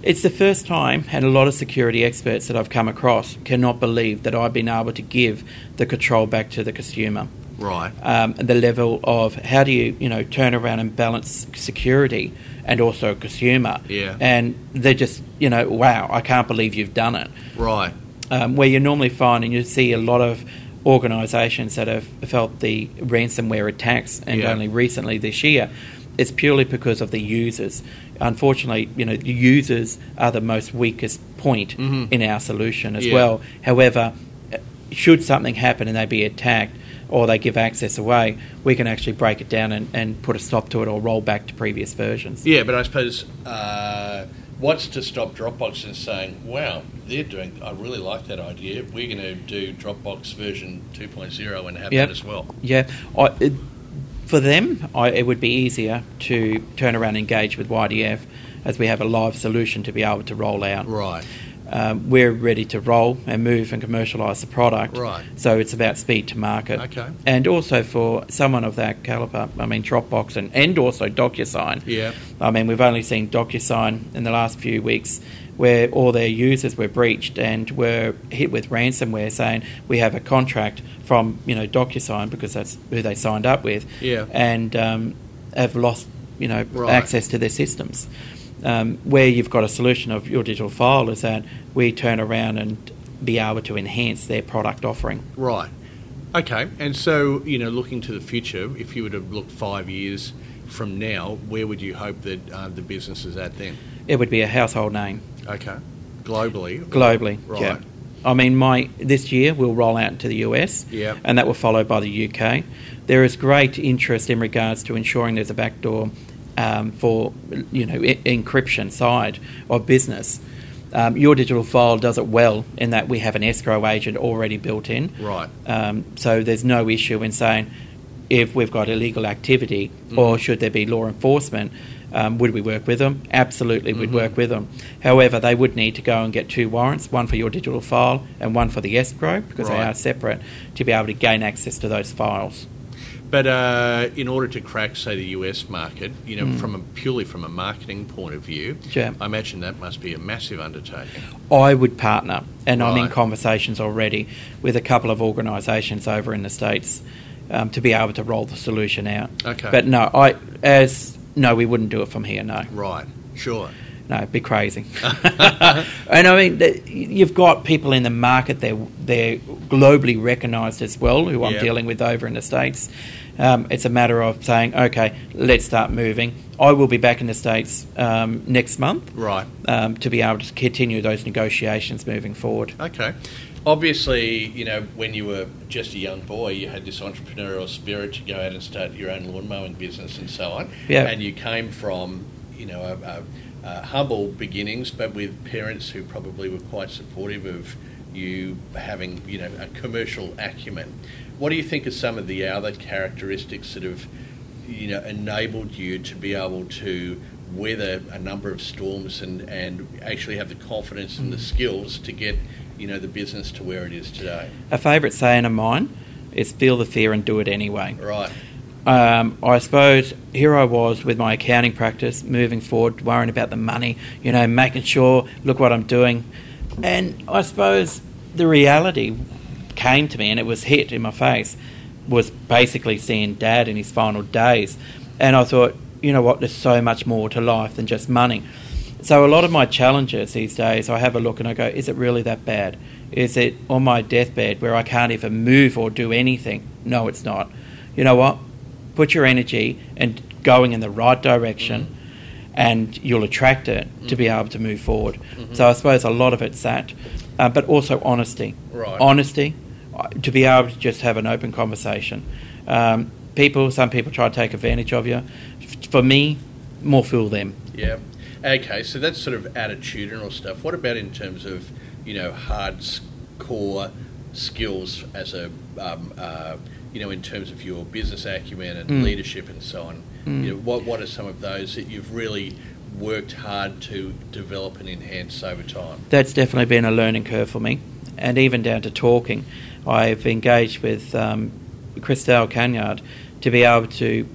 It's the first time, and a lot of security experts that I've come across cannot believe that I've been able to give the control back to the consumer. Right. Um, the level of how do you, you know, turn around and balance security and also consumer. Yeah. And they're just, you know, wow, I can't believe you've done it. Right. Um, where you normally find, and you see a lot of organisations that have felt the ransomware attacks, and Yeah. only recently this year, it's purely because of the users. Unfortunately, you know, the users are the most weakest point in our solution as Mm-hmm. Yeah. well. However, uh, should something happen and they be attacked or they give access away, we can actually break it down and, and put a stop to it or roll back to previous versions. Yeah, but I suppose uh, what's to stop Dropbox from saying, wow, they're doing, I really like that idea. We're going to do Dropbox version 2.0 and have Yep. that as well. Yeah, I, it, for them, I, it would be easier to turn around and engage with YDF as we have a live solution to be able to roll out. Right. Um, we're ready to roll and move and commercialise the product. Right. So it's about speed to market. Okay. And also for someone of that calibre, I mean, Dropbox and, and also DocuSign. Yeah. I mean, we've only seen DocuSign in the last few weeks where all their users were breached and were hit with ransomware saying we have a contract from, you know, DocuSign because that's who they signed up with. Yeah. And um, have lost, you know, Right. access to their systems. Um, where you've got a solution of your digital file is that we turn around and be able to enhance their product offering. Right. Okay. And so, you know, looking to the future, if you were to look five years from now, where would you hope that uh, the business is at then? It would be a household name. Okay. Globally. globally. Right. Yeah. I mean, my this year we'll roll out to the US, Yeah. and that will follow by the UK. There is great interest in regards to ensuring there's a backdoor um, for you know e- encryption side of business. Um, your digital file does it well in that we have an escrow agent already built in. Right. Um, so there's no issue in saying if we've got illegal activity Mm-hmm. or should there be law enforcement, um, would we work with them? Absolutely, Mm-hmm. we'd work with them. However, they would need to go and get two warrants one for your digital file and one for the escrow because they Right. are separate to be able to gain access to those files. But uh, in order to crack, say, the US market, you know, from a, purely from a marketing point of view, Mm. Yeah. I imagine that must be a massive undertaking. I would partner, and I'm in Right. conversations already with a couple of organisations over in the states um, to be able to roll the solution out. Okay. But no, I as no, we wouldn't do it from here. No, Right. Sure. no, it'd be crazy. and I mean, the- you've got people in the market they're they're globally recognised as well, who I'm Yeah. dealing with over in the states. Um, it's a matter of saying, okay, let's start moving. I will be back in the states um, next month Right. um, to be able to continue those negotiations moving forward. Okay. Obviously, you know, when you were just a young boy, you had this entrepreneurial spirit to go out and start your own lawn mowing business and so on. Yeah. And you came from, you know, a, a, a humble beginnings, but with parents who probably were quite supportive of you having, you know, a commercial acumen. What do you think are some of the other characteristics that have, you know, enabled you to be able to weather a number of storms and, and actually have the confidence and the skills to get, you know, the business to where it is today? A favourite saying of mine is feel the fear and do it anyway. Right. Um, I suppose here I was with my accounting practice, moving forward, worrying about the money, you know, making sure, look what I'm doing. And I suppose the reality came to me and it was hit in my face, was basically seeing dad in his final days. And I thought, you know what, there's so much more to life than just money. So a lot of my challenges these days, I have a look and I go, is it really that bad? Is it on my deathbed where I can't even move or do anything? No, it's not. You know what? Put your energy and going in the right direction, and you'll attract it to be able to move forward. So I suppose a lot of it's that, uh, but also honesty. Right. Honesty uh, to be able to just have an open conversation. Um, people, some people try to take advantage of you. F- For me, more fool them. Yeah. Okay, so that's sort of attitudinal stuff. What about in terms of, you know, hard s- core skills as a um, uh, you know in terms of your business acumen and Mm. leadership and so on. You know, what what are some of those that you've really worked hard to develop and enhance over time? that's definitely been a learning curve for me. And even down to talking, I've engaged with um, Christelle Canyard to be able to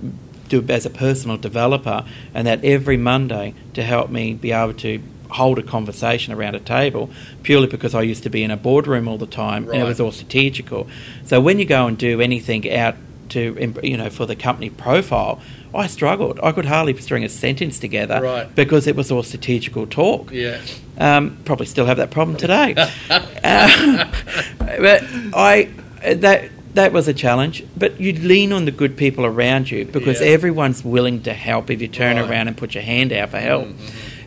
do as a personal developer, and that every Monday to help me be able to hold a conversation around a table purely because I used to be in a boardroom all the time and it Right. was all strategical. So when you go and do anything out to im- you know for the company profile, I struggled. I could hardly string a sentence together Right. because it was all strategical talk. Yeah, Um, probably still have that problem today. Uh, but I that that was a challenge. But you lean on the good people around you because Yeah. everyone's willing to help if you turn Right. Mm-hmm. around and put your hand out for help.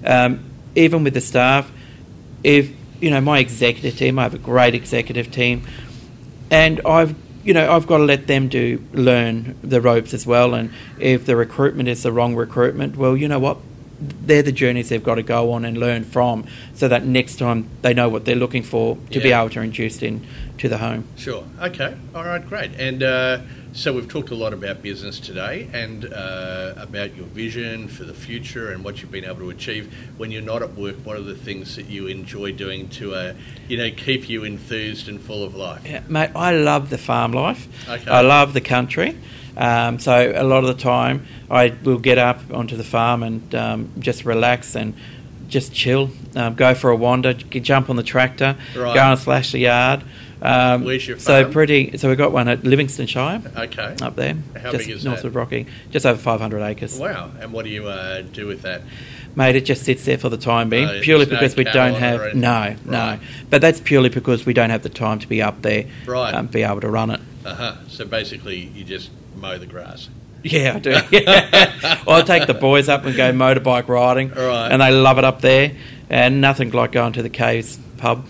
Um, even with the staff, if you know my executive team, I have a great executive team, and I've you know I've got to let them do learn the ropes as well. And if the recruitment is the wrong recruitment, well, you know what, they're the journeys they've got to go on and learn from, so that next time they know what they're looking for to be Yeah. able to introduce in to the home. sure. Okay, all right, great. And uh, so we've talked a lot about business today and uh, about your vision for the future and what you've been able to achieve when you're not at work. What are the things that you enjoy doing to, uh, you know, keep you enthused and full of life? Yeah, mate, I love the farm life. Okay. I love the country. Um, so a lot of the time, I will get up onto the farm and um, just relax and just chill, um, go for a wander, j- jump on the tractor, Right. go and slash the yard. Um, Where's your So farm? pretty. So we got one at Livingstonshire Okay. up there, How just big is north that? of Rocky, just over 500 acres. Wow. And what do you uh, do with that? Mate, it just sits there for the time being, Oh, yeah, purely there's no because we cattle don't on it have or anything. no, Right. no. But that's purely because we don't have the time to be up there, Right. um, be able to run it. Uh-huh. So basically, you just mow the grass. Yeah, I do. I'll take the boys up and go motorbike riding, Right. and they love it up there. And nothing like going to the Caves pub.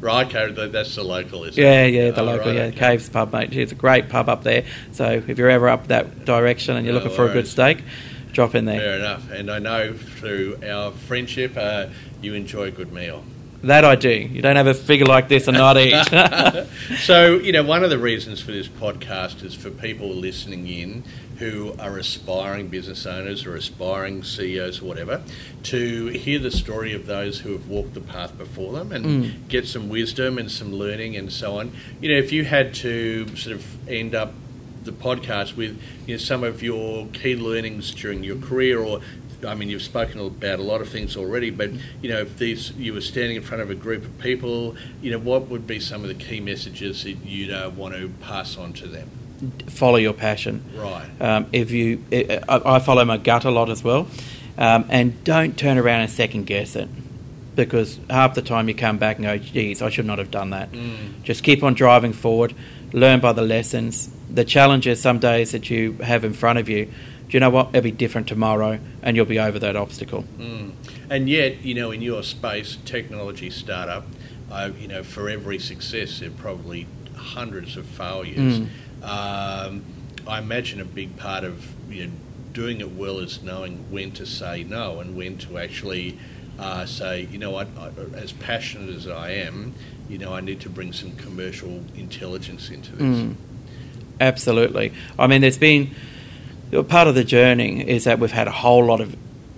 Right. Okay. tha- That's the local, isn't Yeah, it? yeah, the Oh, local right, yeah, okay. Caves pub, mate. It's a great pub up there. So if you're ever up that direction and you're No looking for a good worries. steak, drop in there. Fair enough. And I know through our friendship, uh, you enjoy a good meal. That I do. You don't have a figure like this and not eat. so, you know, one of the reasons for this podcast is for people listening in who are aspiring business owners or aspiring CEOs or whatever to hear the story of those who have walked the path before them and Mm. get some wisdom and some learning and so on. You know, if you had to sort of end up the podcast with you know, some of your key learnings during your career or I mean, you've spoken about a lot of things already, but you know, if these you were standing in front of a group of people, you know, what would be some of the key messages that you'd uh, want to pass on to them? Follow your passion. Right. Um, if you, I, I I follow my gut a lot as well, um, and don't turn around and second guess it, because half the time you come back and go, "Geez, I should not have done that." Just keep on driving forward, learn by the lessons, the challenges. Some days that you have in front of you, do you know what? It'll be different tomorrow, and you'll be over that obstacle. And yet, you know, in your space, technology startup, uh, you know, for every success, there are probably hundreds of failures. Um, I imagine a big part of you know, doing it well is knowing when to say no and when to actually uh, say, you know, I, I, uh, as passionate as I am, you know, I need to bring some commercial intelligence into this. Absolutely. I mean, there's been part of the journey is that we've had a whole lot of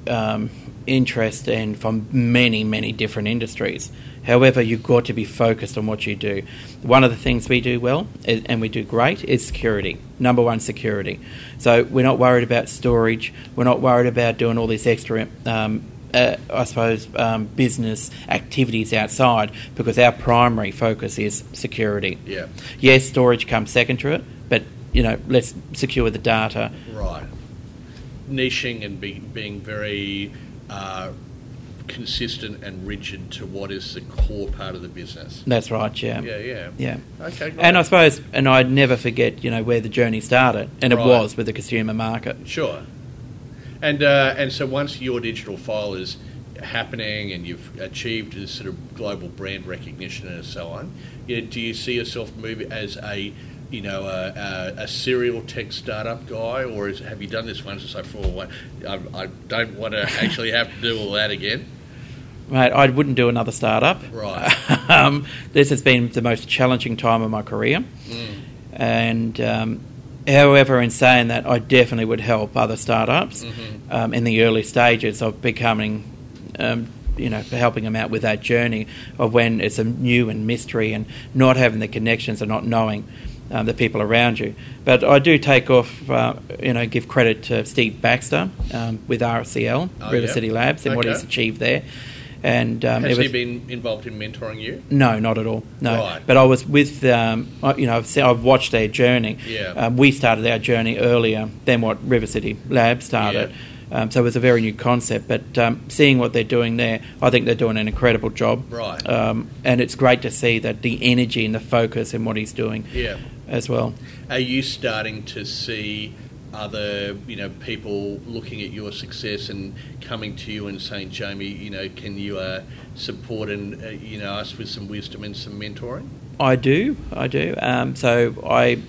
um, interest and from many, many different industries. However, you've got to be focused on what you do. One of the things we do well i- and we do great is security. Number one, security. So we're not worried about storage. We're not worried about doing all this extra um, uh, I suppose, um, business activities outside because our primary focus is security. Yeah. Yes, storage comes second to it, but you know, let's secure the data. Right. Niching and be, being very uh, consistent and rigid to what is the core part of the business. That's right. Yeah. Yeah, yeah. Yeah. Okay, great. And I suppose, and I'd never forget, you know, where the journey started, and Right. it was with the consumer market. Sure. And, uh, and so once your digital file is happening and you've achieved this sort of global brand recognition and so on, you know, do you see yourself moving as a you know, a, a, a serial tech startup guy, or is, have you done this once? It's like, for what? I, I don't want to actually have to do all that again. Mate, I wouldn't do another startup. Right. um, this has been the most challenging time of my career. Mm. And um, however, in saying that, I definitely would help other startups Mm-hmm. um, in the early stages of becoming, um, you know, helping them out with that journey of when it's a new and mystery and not having the connections and not knowing. Um, the people around you, but I do take off, uh, you know, give credit to Steve Baxter um, with RCL Oh, River yeah. City Labs and what Okay. he's achieved there. And um, Has it was- he been involved in mentoring you? no, not at all. No, Right. but I was with, um, I- you know, I've, seen, I've watched their journey. Yeah. Um, we started our journey earlier than what River City Lab started. Um, so it was a very new concept, but um, seeing what they're doing there, I think they're doing an incredible job. Right. Um, and it's great to see that the energy and the focus in what he's doing Yeah. as well. Are you starting to see other, you know, people looking at your success and coming to you and saying, Jamie, you know, can you uh, support and uh, you know us with some wisdom and some mentoring? I do, I do. Um, so I,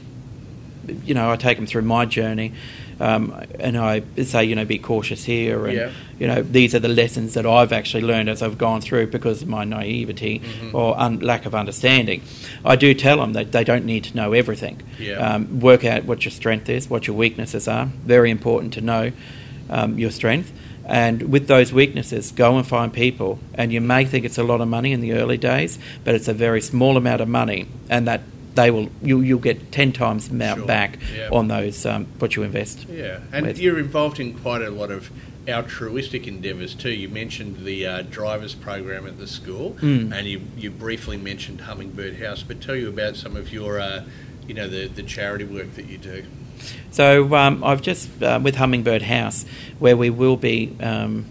you know, I take them through my journey, um, and I say, you know, be cautious here, and Yeah. you know, these are the lessons that I've actually learned as I've gone through because of my naivety or un- lack of understanding. I do tell them that they don't need to know everything. Yeah. Um, work out what your strength is, what your weaknesses are. Very important to know um, your strength. And with those weaknesses, go and find people. And you may think it's a lot of money in the early days, but it's a very small amount of money, and that they will you, you'll get ten times the amount Sure. back Yeah. on those um, what you invest. Yeah, and With- you're involved in quite a lot of altruistic endeavours too. You mentioned the uh, drivers program at the school, and you, you briefly mentioned Hummingbird House. But tell you about some of your, uh, you know, the, the charity work that you do. So um, I've just uh, with Hummingbird House, where we will be um,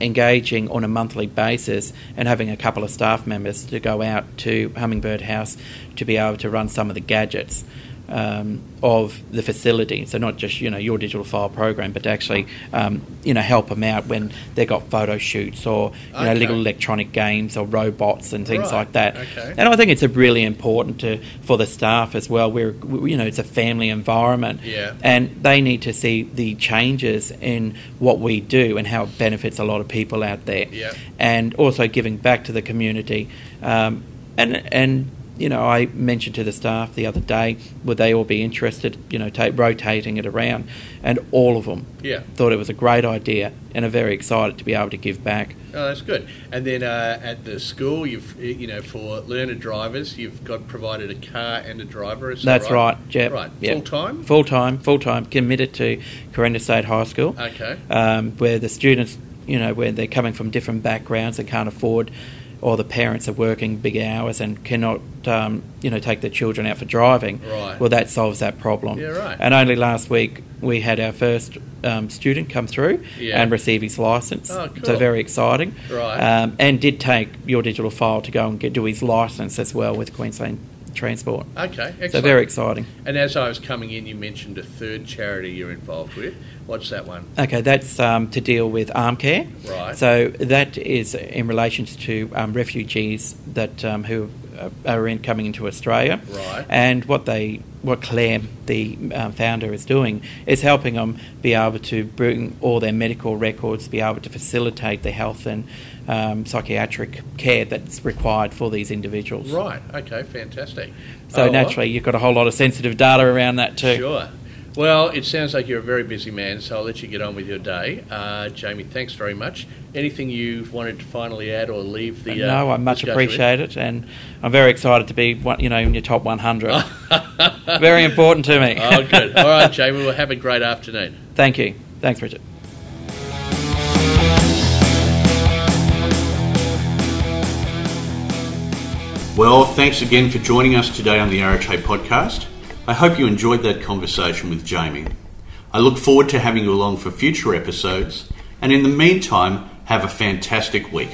engaging on a monthly basis and having a couple of staff members to go out to Hummingbird House to be able to run some of the gadgets. Um, of the facility, so not just you know your digital file program, but to actually um, you know help them out when they got photo shoots or you know Okay. little electronic games or robots and things Right, like that. okay. And I think it's a really important to for the staff as well. We're we- you know it's a family environment, Yeah. and they need to see the changes in what we do and how it benefits a lot of people out there. Yeah. And also giving back to the community. Um, and and you know, I mentioned to the staff the other day, would they all be interested? You know, ta rotating it around, and all of them Yeah. thought it was a great idea and are very excited to be able to give back. Oh, that's good. And then uh, at the school, you've you know for learner drivers, you've got provided a car and a driver. Is that That's right. Yeah. Right. Yeah. Full time. Full time, full time, committed to Corinda State High School. Okay. um, where the students, you know, where they're coming from different backgrounds and can't afford, or the parents are working big hours and cannot, um, you know, take their children out for driving. Right. Well, that solves that problem. Yeah, right. And only last week we had our first um, student come through Yeah. and receive his license. Oh, So cool. very exciting. Right. Um, and did take your digital file to go and get, do his license as well with Queensland Transport. Okay. Excellent. So very exciting. And as I was coming in, you mentioned a third charity you're involved with. What's that one? Okay, that's um, to deal with arm care. Right. So that is in relation to um, refugees that um, who uh, are in, coming into Australia. Right. And what they, what Claire, the um, founder, is doing is helping them be able to bring all their medical records, be able to facilitate the health and um, psychiatric care that's required for these individuals. Right. Okay. Fantastic. So Oh, well. naturally, you've got a whole lot of sensitive data around that too. Sure. Well, it sounds like you're a very busy man, so I'll let you get on with your day. Uh, Jamie, thanks very much. Anything you've wanted to finally add or leave the? Uh, no, I much discussion with? appreciate it, and I'm very excited to be, one, you know, in your top 100. very important to me. Oh, good. All right, Jamie. Well, have a great afternoon. Thank you. Thanks, Richard. Well, thanks again for joining us today on the RHA podcast. I hope you enjoyed that conversation with Jamie. I look forward to having you along for future episodes, and in the meantime, have a fantastic week.